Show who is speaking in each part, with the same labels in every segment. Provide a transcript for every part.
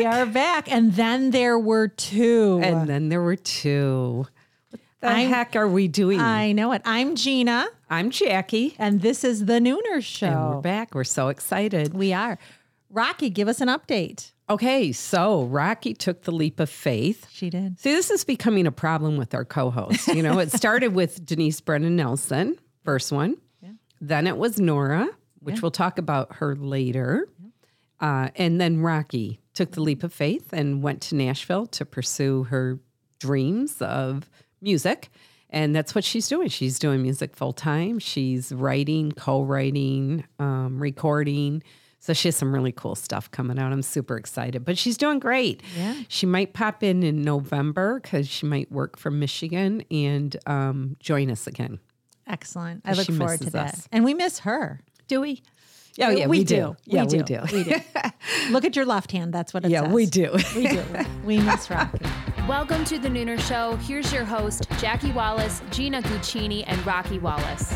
Speaker 1: back, and then there were two.
Speaker 2: And then there were two. What the
Speaker 1: I'm-
Speaker 2: heck are we doing?
Speaker 1: I know it. I'm Gina,
Speaker 2: I'm Jackie.
Speaker 1: and this is the Nooner Show.
Speaker 2: And we're back. We're so excited.
Speaker 1: Oh. We are. Rocky, give us an update.
Speaker 2: Okay, so Rocky took the leap of faith.
Speaker 1: She did.
Speaker 2: See, this is becoming a problem with our co hosts. You know, it started with Denise Brennan Nelson, first one. Then it was Nora, which we'll talk about her later. Uh, and then Rocky took the leap of faith and went to Nashville to pursue her dreams of music. And that's what she's doing. She's doing music full time. She's writing, co writing, um, recording. So she has some really cool stuff coming out. I'm super excited, but she's doing great.
Speaker 1: Yeah.
Speaker 2: She might pop in in November because she might work from Michigan and um, join us again.
Speaker 1: Excellent. I look
Speaker 2: She
Speaker 1: forward to
Speaker 2: misses
Speaker 1: that.
Speaker 2: us.
Speaker 1: And we miss her.
Speaker 2: Do we? Yeah,
Speaker 1: We-
Speaker 2: Oh, yeah,
Speaker 1: we
Speaker 2: we,
Speaker 1: do.
Speaker 2: do.
Speaker 1: We
Speaker 2: Yeah,
Speaker 1: do.
Speaker 2: we do.
Speaker 1: We Look at your left hand. That's what it
Speaker 2: yeah,
Speaker 1: says.
Speaker 2: we do.
Speaker 1: We do. We miss Rocky.
Speaker 3: Welcome to the Nooner Show. Here's your host, Jackie Wallace, Gina Guccini, and Rocky Wallace.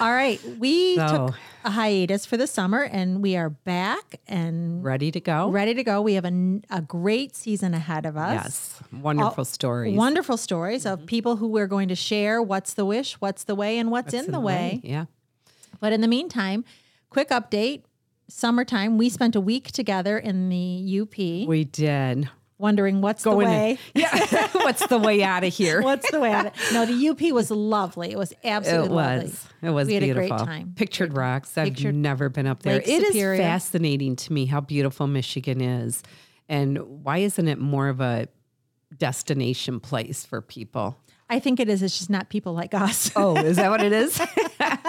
Speaker 1: All right. We
Speaker 2: So-
Speaker 1: took a hiatus for the summer, and we are back and
Speaker 2: Ready to go?
Speaker 1: ready to go. We have a, n- a great season ahead of us.
Speaker 2: Yes. Wonderful stories. Mm-hmm.
Speaker 1: Wonderful stories of people who we're going to share what's the wish, what's the way, and what's, in, the way.
Speaker 2: Yeah.
Speaker 1: But in the meantime, quick update summertime, we spent a week together in the UP
Speaker 2: We did.
Speaker 1: wondering what's the
Speaker 2: Going in.
Speaker 1: way.
Speaker 2: Yeah. What's the way out of here?
Speaker 1: What's the way? out of it? No, the UP was lovely. It was absolutely
Speaker 2: it
Speaker 1: lovely.
Speaker 2: was. It was
Speaker 1: We had a great
Speaker 2: beautiful.
Speaker 1: time.
Speaker 2: Pictured rocks. I've
Speaker 1: Pictured
Speaker 2: never been up there.
Speaker 1: Lake
Speaker 2: It is
Speaker 1: Superior.
Speaker 2: fascinating to me how beautiful Michigan is. And why isn't it more of a destination place for people?
Speaker 1: I think it is. It's just not people like us.
Speaker 2: Oh, is that what it is?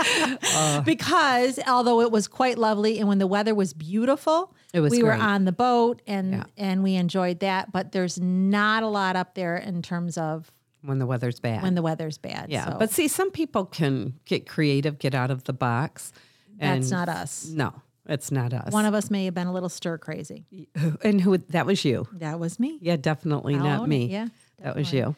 Speaker 1: because although it was quite lovely and when the weather was beautiful
Speaker 2: It was
Speaker 1: we were
Speaker 2: great.
Speaker 1: on the boat and
Speaker 2: Yeah.
Speaker 1: and we enjoyed that but there's not a lot up there in terms of
Speaker 2: when the weather's bad.
Speaker 1: when the weather's bad
Speaker 2: yeah.
Speaker 1: so
Speaker 2: But see, some people can get creative, get out of the box.
Speaker 1: that's
Speaker 2: and-
Speaker 1: not us
Speaker 2: No, it's not us.
Speaker 1: one of us may have been a little stir crazy
Speaker 2: and who that was you.
Speaker 1: that was me
Speaker 2: Yeah, definitely
Speaker 1: I'll
Speaker 2: not
Speaker 1: own it.
Speaker 2: me.
Speaker 1: Yeah,
Speaker 2: that was you.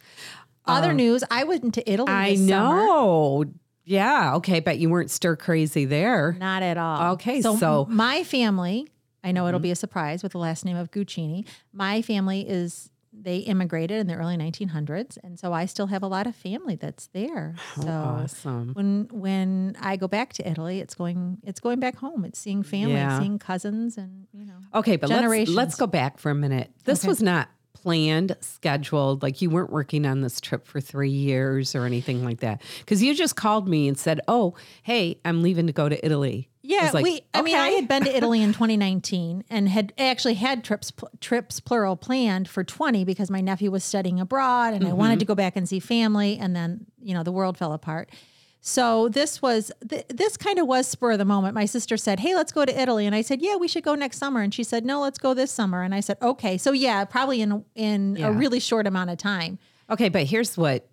Speaker 1: other news Uh, i went to italy
Speaker 2: I
Speaker 1: this summer.
Speaker 2: know. Yeah. Okay. But you weren't stir crazy there.
Speaker 1: Not at all.
Speaker 2: Okay,
Speaker 1: So, Mm-hmm.
Speaker 2: so-
Speaker 1: my family, I know it'll be a surprise with the last name of Guccini. My family is they immigrated in the early 1900s, and so I still have a lot of family that's there. So
Speaker 2: awesome.
Speaker 1: when when I go back to Italy, it's going it's going back home. It's seeing family,
Speaker 2: Yeah.
Speaker 1: seeing cousins, and you know.
Speaker 2: Okay. But let's,
Speaker 1: Generations.
Speaker 2: let's go back for a minute. This was not planned, scheduled. Like you weren't working on this trip for three years or anything like that. Because you just called me and said, "Oh, hey, I'm leaving to go to Italy." I
Speaker 1: Yeah,
Speaker 2: was like,
Speaker 1: we. I mean, I
Speaker 2: "Okay."
Speaker 1: had been to Italy in 2019 and had actually had trips pl- trips plural planned for 20 because my nephew was studying abroad and I
Speaker 2: Mm-hmm.
Speaker 1: wanted to go back and see family, and then you know the world fell apart. So this was th- this kind of was spur of the moment. My sister said, "Hey, let's go to Italy," and I said, "Yeah, we should go next summer." And she said, "No, let's go this summer." And I said, "Okay." So yeah, probably in in a
Speaker 2: Yeah.
Speaker 1: really short amount of time.
Speaker 2: Okay, but here's what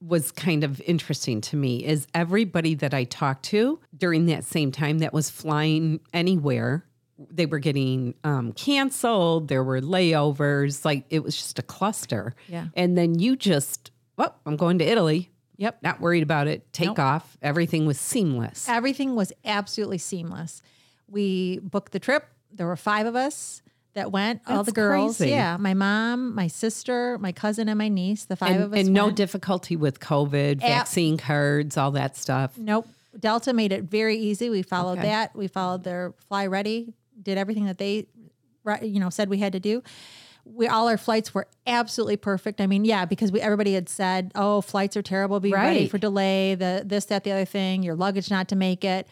Speaker 2: was kind of interesting to me is everybody that I talked to during that same time that was flying anywhere, they were getting um, canceled. There were layovers. Like it was just a cluster.
Speaker 1: Yeah.
Speaker 2: And then you just, oh, I'm going to Italy. Yep, not worried about it. Take off. Everything was seamless.
Speaker 1: Everything was absolutely seamless. We booked the trip. There were five of us that went. all
Speaker 2: That's
Speaker 1: the girls,
Speaker 2: crazy.
Speaker 1: yeah, my mom, my sister, my cousin, and my niece. The five
Speaker 2: And,
Speaker 1: of us.
Speaker 2: and no
Speaker 1: went.
Speaker 2: difficulty with COVID, vaccine cards, all that stuff.
Speaker 1: nope. Delta made it very easy. We followed
Speaker 2: Okay.
Speaker 1: that. We followed their fly ready. Did everything that they, re- you know, said we had to do. We all our flights were absolutely perfect. I mean, yeah, because we everybody had said, "Oh, flights are terrible. Be ready
Speaker 2: Right.
Speaker 1: for delay. The this, that, the other thing. Your luggage not to make it."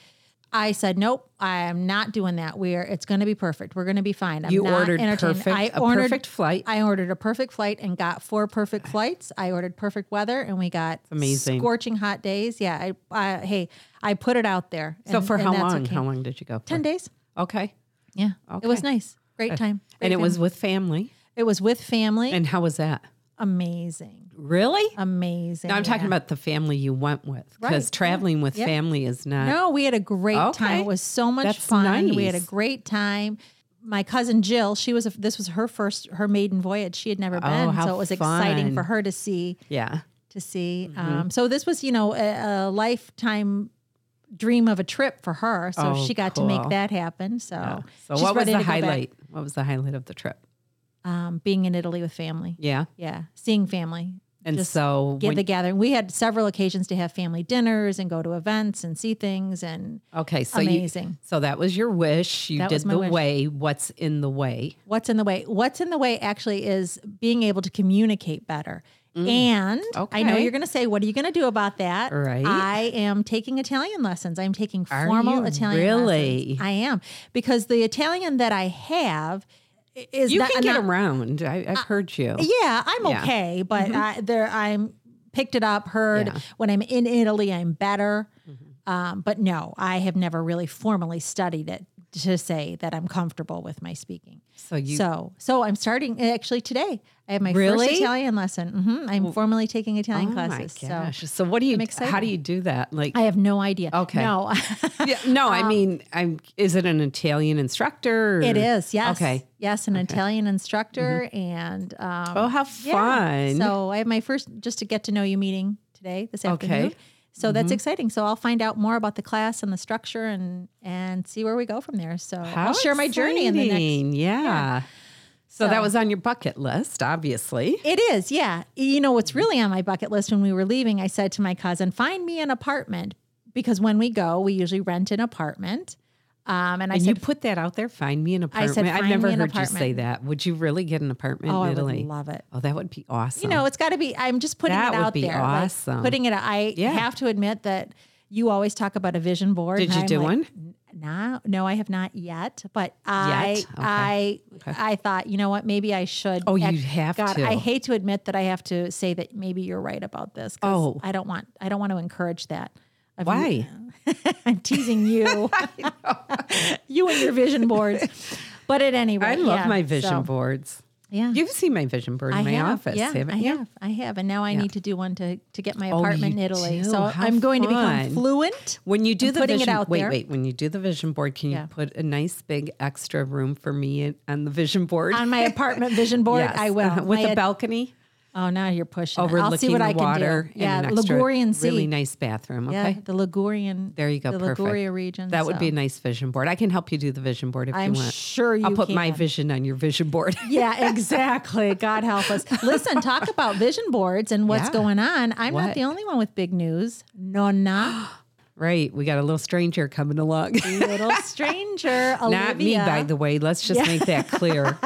Speaker 1: I said, "Nope, I am not doing that. We're it's going to be perfect. We're going to be fine." I'm
Speaker 2: You
Speaker 1: not
Speaker 2: ordered
Speaker 1: entertained."
Speaker 2: perfect,
Speaker 1: I
Speaker 2: a
Speaker 1: ordered
Speaker 2: perfect flight.
Speaker 1: I ordered a perfect flight and got four perfect flights. I ordered perfect weather and we got
Speaker 2: Amazing.
Speaker 1: scorching hot days. Yeah, I, I hey, I put it out there.
Speaker 2: So
Speaker 1: and-
Speaker 2: for
Speaker 1: and
Speaker 2: how
Speaker 1: that's what
Speaker 2: long?
Speaker 1: came.
Speaker 2: How long did you go? For?
Speaker 1: Ten days.
Speaker 2: Okay.
Speaker 1: Yeah, it was nice. Great time. Great
Speaker 2: And it was
Speaker 1: family.
Speaker 2: with family.
Speaker 1: it was with family.
Speaker 2: And how was that?
Speaker 1: amazing,
Speaker 2: Really?
Speaker 1: amazing.
Speaker 2: No, I'm talking
Speaker 1: yeah.
Speaker 2: about the family you went with because
Speaker 1: Right,
Speaker 2: traveling with
Speaker 1: yeah.
Speaker 2: family is not.
Speaker 1: No, we had a great time.
Speaker 2: Okay.
Speaker 1: It was so much
Speaker 2: That's
Speaker 1: fun. We had a
Speaker 2: nice.
Speaker 1: great time. My cousin Jill, she was a, this was her first her maiden voyage. She had never been,
Speaker 2: Oh, how
Speaker 1: so it was exciting
Speaker 2: fun.
Speaker 1: for her to see
Speaker 2: Yeah.
Speaker 1: to see.
Speaker 2: Mm-hmm.
Speaker 1: Um, so this was, you know, a, a lifetime dream of a trip for her. So
Speaker 2: Oh,
Speaker 1: she got to make
Speaker 2: cool.
Speaker 1: that happen. So,
Speaker 2: Oh. So
Speaker 1: she's
Speaker 2: what was
Speaker 1: ready
Speaker 2: the
Speaker 1: to go back.
Speaker 2: highlight? What was the highlight of the trip?
Speaker 1: um, being in Italy with family.
Speaker 2: Yeah.
Speaker 1: Yeah, seeing family.
Speaker 2: And
Speaker 1: Just
Speaker 2: so,
Speaker 1: Get
Speaker 2: when-
Speaker 1: the gathering. We had several occasions to have family dinners and go to events and see things and
Speaker 2: okay, so You,
Speaker 1: amazing.
Speaker 2: so that was your wish. You
Speaker 1: That
Speaker 2: did
Speaker 1: was my
Speaker 2: the
Speaker 1: wish.
Speaker 2: way. What's in the way?
Speaker 1: what's in the way what's in the way actually is being able to communicate better and i know
Speaker 2: Mm. Okay.
Speaker 1: you're going to say what are you going to do about that
Speaker 2: Right.
Speaker 1: i am taking italian lessons i'm taking
Speaker 2: Are
Speaker 1: formal
Speaker 2: you
Speaker 1: italian
Speaker 2: really?
Speaker 1: lessons. i am because the italian that i have i- is
Speaker 2: You
Speaker 1: not,
Speaker 2: can get
Speaker 1: not-
Speaker 2: around. I, I've heard you.
Speaker 1: yeah i'm
Speaker 2: Yeah. Mm-hmm.
Speaker 1: okay but I, there i'm picked it up heard
Speaker 2: Yeah. Mm-hmm.
Speaker 1: when i'm in italy i'm better um, but no i have never really formally studied it to say that i'm comfortable with my speaking
Speaker 2: So you
Speaker 1: so, so I'm starting eh, actually today. I have my
Speaker 2: Really?
Speaker 1: first Italian lesson. hmm I'm formally taking Italian classes.
Speaker 2: Oh My
Speaker 1: So
Speaker 2: gosh. So, what do you? How do
Speaker 1: excited.
Speaker 2: you do that? Like,
Speaker 1: I have no idea.
Speaker 2: Okay.
Speaker 1: No,
Speaker 2: Yeah, no, I mean, I'm. Is it an Italian instructor? or-
Speaker 1: it is. Yes.
Speaker 2: Mm. Okay. Mm-hmm.
Speaker 1: Yes, an Italian instructor and um,
Speaker 2: Oh, how
Speaker 1: yeah.
Speaker 2: fun!
Speaker 1: So I have my first just to get to know you meeting today this afternoon.
Speaker 2: Okay. Mm-hmm.
Speaker 1: So that's exciting. So I'll find out more about the class and the structure and and see where we go from there. So
Speaker 2: how
Speaker 1: I'll share my journey in the next
Speaker 2: exciting. Yeah. So, that
Speaker 1: So-
Speaker 2: was on your bucket list, obviously.
Speaker 1: It is, yeah. You know what's really on my bucket list when we were leaving, I said to my cousin, "Find me an apartment because when we go, we usually rent an apartment." Um, and I
Speaker 2: And you
Speaker 1: said,
Speaker 2: put that out there. Find me an
Speaker 1: I
Speaker 2: apartment.
Speaker 1: said,
Speaker 2: have
Speaker 1: "Find
Speaker 2: never
Speaker 1: me an
Speaker 2: heard you say
Speaker 1: apartment."
Speaker 2: that. Would you really get an apartment
Speaker 1: "Oh,
Speaker 2: in
Speaker 1: I
Speaker 2: Italy?
Speaker 1: would love it."
Speaker 2: oh, that would be awesome.
Speaker 1: You know, it's got to be. I'm just putting
Speaker 2: That
Speaker 1: it
Speaker 2: would
Speaker 1: out
Speaker 2: be
Speaker 1: there, like,
Speaker 2: awesome.
Speaker 1: putting it. out. I
Speaker 2: Yeah.
Speaker 1: have to admit that you always talk about a vision board.
Speaker 2: Did
Speaker 1: and
Speaker 2: you
Speaker 1: I'm
Speaker 2: do
Speaker 1: like,
Speaker 2: one?
Speaker 1: Nah, no, I have not yet. But I,
Speaker 2: Okay.
Speaker 1: I,
Speaker 2: Okay.
Speaker 1: I thought, you know what? Maybe I should.
Speaker 2: Oh, you
Speaker 1: act-
Speaker 2: have
Speaker 1: God,
Speaker 2: to.
Speaker 1: I hate to admit that I have to say that maybe you're right about this. 'cause
Speaker 2: Oh.
Speaker 1: I don't want. I don't want to encourage that. of you-
Speaker 2: Why?
Speaker 1: I'm teasing you. you and your vision boards. But at any rate,
Speaker 2: I love
Speaker 1: yeah,
Speaker 2: my vision
Speaker 1: so,
Speaker 2: boards.
Speaker 1: Yeah.
Speaker 2: You've seen my vision board in
Speaker 1: I
Speaker 2: my
Speaker 1: have,
Speaker 2: office,
Speaker 1: yeah,
Speaker 2: haven't
Speaker 1: I
Speaker 2: you? Oh,
Speaker 1: have. I have, and now I need to do one to to get my
Speaker 2: you
Speaker 1: apartment in Italy.
Speaker 2: do.
Speaker 1: So
Speaker 2: How
Speaker 1: I'm going to
Speaker 2: fun.
Speaker 1: become fluent.
Speaker 2: When you do
Speaker 1: I'm
Speaker 2: the
Speaker 1: putting it
Speaker 2: vision,
Speaker 1: out
Speaker 2: wait,
Speaker 1: there.
Speaker 2: wait. When you do the vision board, can
Speaker 1: Yeah.
Speaker 2: you put a nice big extra room for me in- on the vision board?
Speaker 1: on my apartment vision board.
Speaker 2: Yes.
Speaker 1: I will
Speaker 2: Uh-huh. with
Speaker 1: My
Speaker 2: a
Speaker 1: ad-
Speaker 2: balcony
Speaker 1: Oh, now you're pushing. it.
Speaker 2: overlooking
Speaker 1: I'll see what
Speaker 2: the
Speaker 1: I can do.
Speaker 2: water.
Speaker 1: Yeah,
Speaker 2: and an extra
Speaker 1: Ligurian Sea.
Speaker 2: really nice bathroom.
Speaker 1: yeah,
Speaker 2: Okay,
Speaker 1: the Ligurian.
Speaker 2: there you go.
Speaker 1: The
Speaker 2: Perfect.
Speaker 1: Liguria region.
Speaker 2: That would
Speaker 1: so.
Speaker 2: be a nice vision board. I can help you do the vision board if
Speaker 1: I'm
Speaker 2: you want.
Speaker 1: sure you
Speaker 2: I'll put my
Speaker 1: can.
Speaker 2: vision on your vision board.
Speaker 1: Yeah, exactly. God help us. Listen, talk about vision boards and what's
Speaker 2: Yeah.
Speaker 1: going on. I'm
Speaker 2: What?
Speaker 1: not the only one with big news. Nonna,
Speaker 2: right, we got a little stranger coming along.
Speaker 1: little stranger, Olivia.
Speaker 2: Not me, by the way. Let's just make that clear.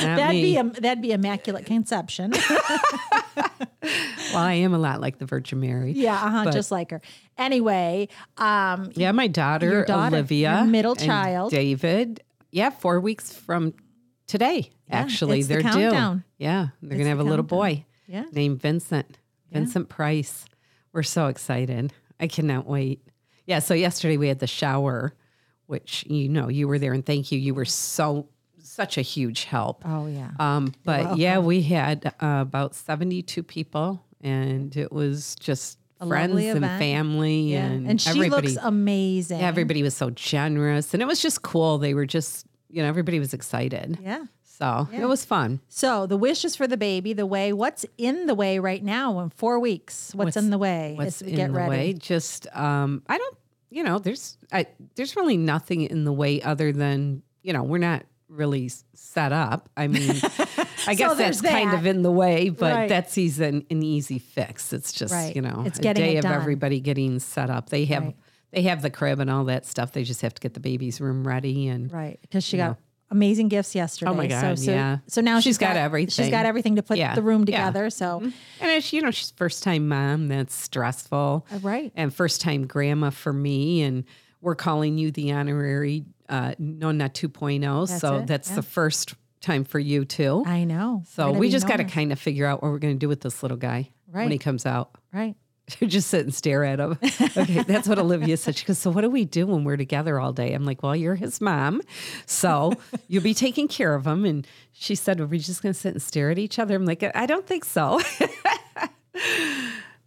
Speaker 2: Not
Speaker 1: That'd
Speaker 2: me.
Speaker 1: be a, that'd be immaculate conception.
Speaker 2: well, I am a lot like the Virgin Mary.
Speaker 1: yeah, uh-huh,
Speaker 2: But-
Speaker 1: just like her. Anyway, um,
Speaker 2: Yeah, my daughter,
Speaker 1: Your daughter,
Speaker 2: Olivia,
Speaker 1: your middle
Speaker 2: and
Speaker 1: child.
Speaker 2: David. Yeah, four weeks from today. actually,
Speaker 1: it's the
Speaker 2: they're due.
Speaker 1: countdown.
Speaker 2: Yeah, they're gonna have a
Speaker 1: the
Speaker 2: little
Speaker 1: countdown.
Speaker 2: boy.
Speaker 1: Yeah.
Speaker 2: named Vincent. Vincent Price. We're so excited. I cannot wait. Yeah. So yesterday we had the shower, which you know you were there, and thank you. You were so such a huge help.
Speaker 1: oh yeah,
Speaker 2: Um, but yeah, we had uh, about 72 people, and it was just friends
Speaker 1: lovely
Speaker 2: and
Speaker 1: event.
Speaker 2: family,
Speaker 1: yeah.
Speaker 2: and,
Speaker 1: and she
Speaker 2: everybody.
Speaker 1: looks amazing.
Speaker 2: Everybody was so generous, and it was just cool. They were just, you know, everybody was excited.
Speaker 1: yeah.
Speaker 2: So it was fun.
Speaker 1: So the wish is for the baby. The way, what's in the way right now? In four weeks, what's, in the way?
Speaker 2: What's
Speaker 1: as we
Speaker 2: in
Speaker 1: get
Speaker 2: the
Speaker 1: ready.
Speaker 2: way? Just, um, I don't, you know, there's, I, there's really nothing in the way other than, you know, we're not really s- set up. I mean, I guess
Speaker 1: there's
Speaker 2: that's kind
Speaker 1: that.
Speaker 2: of in the way, but
Speaker 1: Right.
Speaker 2: that's easy, an, an easy fix. It's just,
Speaker 1: Right.
Speaker 2: you know,
Speaker 1: It's
Speaker 2: a
Speaker 1: getting
Speaker 2: day
Speaker 1: it
Speaker 2: of
Speaker 1: done.
Speaker 2: everybody getting set up. They have,
Speaker 1: Right.
Speaker 2: they have the crib and all that stuff. They just have to get the baby's room ready and
Speaker 1: Right, because she got amazing gifts yesterday.
Speaker 2: Oh God,
Speaker 1: so, so,
Speaker 2: yeah.
Speaker 1: So now
Speaker 2: She's
Speaker 1: she's,
Speaker 2: got everything.
Speaker 1: She's got everything to put
Speaker 2: Yeah,
Speaker 1: the room
Speaker 2: yeah. Mm-hmm.
Speaker 1: together. So
Speaker 2: And it's, you know, she's first time mom. That's stressful.
Speaker 1: Uh, right.
Speaker 2: And first time grandma for me. And we're calling you the honorary uh, Nonna 2.0. oh, so
Speaker 1: it,
Speaker 2: that's
Speaker 1: yeah.
Speaker 2: the first time for you too.
Speaker 1: I know.
Speaker 2: so
Speaker 1: We're gonna
Speaker 2: we
Speaker 1: be
Speaker 2: just got to
Speaker 1: known.
Speaker 2: kind of figure out what we're going to do with this little guy when
Speaker 1: Right.
Speaker 2: he comes out.
Speaker 1: right.
Speaker 2: just sit and stare at him. Okay, that's what Olivia said. She goes, So, what do we do when we're together all day? I'm like, Well, you're his mom. So, you'll be taking care of him. And she said, Are we just going to sit and stare at each other? I'm like, I don't think so.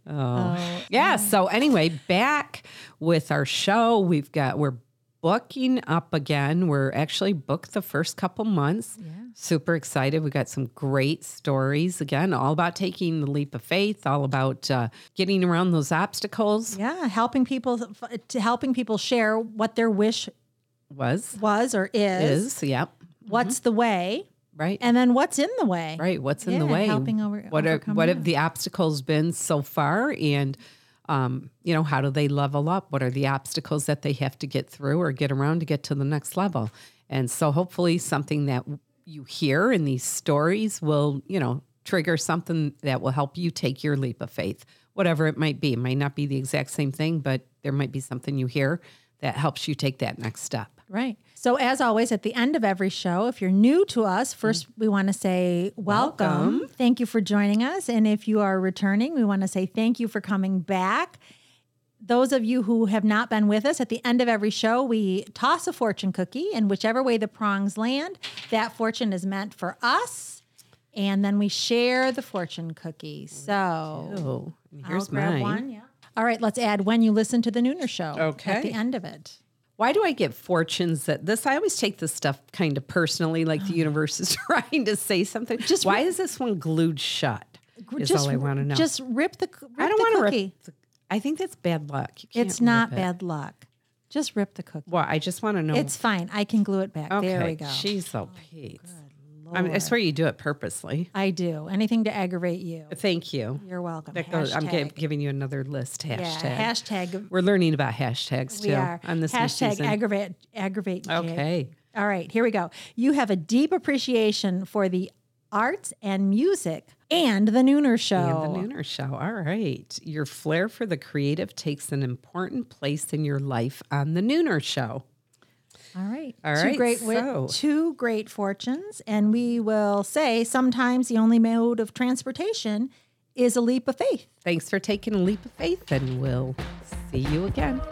Speaker 1: Oh,
Speaker 2: Yeah. So anyway, back with our show. We've got we're booking up again. We're actually booked the first couple months. Yeah. Super excited. We got some great stories again, all about taking the leap of faith, all about uh, getting around those obstacles.
Speaker 1: yeah, helping people to helping people share what their wish
Speaker 2: Was
Speaker 1: was or is. mm-hmm.
Speaker 2: is yep.
Speaker 1: What's the way?
Speaker 2: Right.
Speaker 1: And then what's in the way?
Speaker 2: Right. What's in the
Speaker 1: Yeah,
Speaker 2: way?
Speaker 1: helping over-
Speaker 2: what are,
Speaker 1: overcome
Speaker 2: what
Speaker 1: that.
Speaker 2: have the obstacles been so far? And, um, you know, how do they level up? What are the obstacles that they have to get through or get around to get to the next level? And so hopefully something that you hear in these stories will, you know, trigger something that will help you take your leap of faith, whatever it might be. It might not be the exact same thing, but there might be something you hear that helps you take that next step.
Speaker 1: Right. So, as always, at the end of every show, if you're new to us, first we want to say Mm. welcome. Thank you for joining us. And if you are returning, we want to say thank you for coming back. Those of you who have not been with us, at the end of every show, we toss a fortune cookie, and whichever way the prongs land, that fortune is meant for us. And then we share the fortune cookie. So,
Speaker 2: Oh, and
Speaker 1: I'll
Speaker 2: here's
Speaker 1: grab
Speaker 2: mine.
Speaker 1: one. Yeah. All right, let's add when you listen to the Nooner Show at
Speaker 2: Okay.
Speaker 1: the end of it.
Speaker 2: Why do I get fortunes that this? I always take this stuff kind of personally, like
Speaker 1: Oh.
Speaker 2: the universe is trying to say something. Just why is this one glued shut? Is all I want to know.
Speaker 1: Just rip the. c- Rip
Speaker 2: I don't
Speaker 1: the
Speaker 2: want to
Speaker 1: cookie.
Speaker 2: rip. the- I think that's bad luck. You can't
Speaker 1: It's not
Speaker 2: rip it.
Speaker 1: bad luck. Just rip the cookie.
Speaker 2: Well, I just want to know.
Speaker 1: It's fine. I can glue it back.
Speaker 2: okay.
Speaker 1: There we go.
Speaker 2: She's oh, Pete. I, mean, I swear you do it purposely.
Speaker 1: I do anything to aggravate you.
Speaker 2: Thank you.
Speaker 1: You're welcome.
Speaker 2: That goes- I'm gi-
Speaker 1: Hashtag.
Speaker 2: giving you another list hashtag.
Speaker 1: Yeah, hashtag.
Speaker 2: We're learning about hashtags
Speaker 1: We
Speaker 2: too
Speaker 1: are
Speaker 2: on this new
Speaker 1: hashtag
Speaker 2: season.
Speaker 1: aggravate aggravate. Jake.
Speaker 2: Okay.
Speaker 1: All right, here we go. You have a deep appreciation for the arts and music and the Nooner Show.
Speaker 2: And the Nooner Show. All right. Your flair for the creative takes an important place in your life on the Nooner Show.
Speaker 1: All right.
Speaker 2: All
Speaker 1: two
Speaker 2: right,
Speaker 1: Great wi-
Speaker 2: so-
Speaker 1: two great fortunes. And we will say sometimes the only mode of transportation is a leap of faith.
Speaker 2: Thanks for taking a leap of faith, and we'll see you again.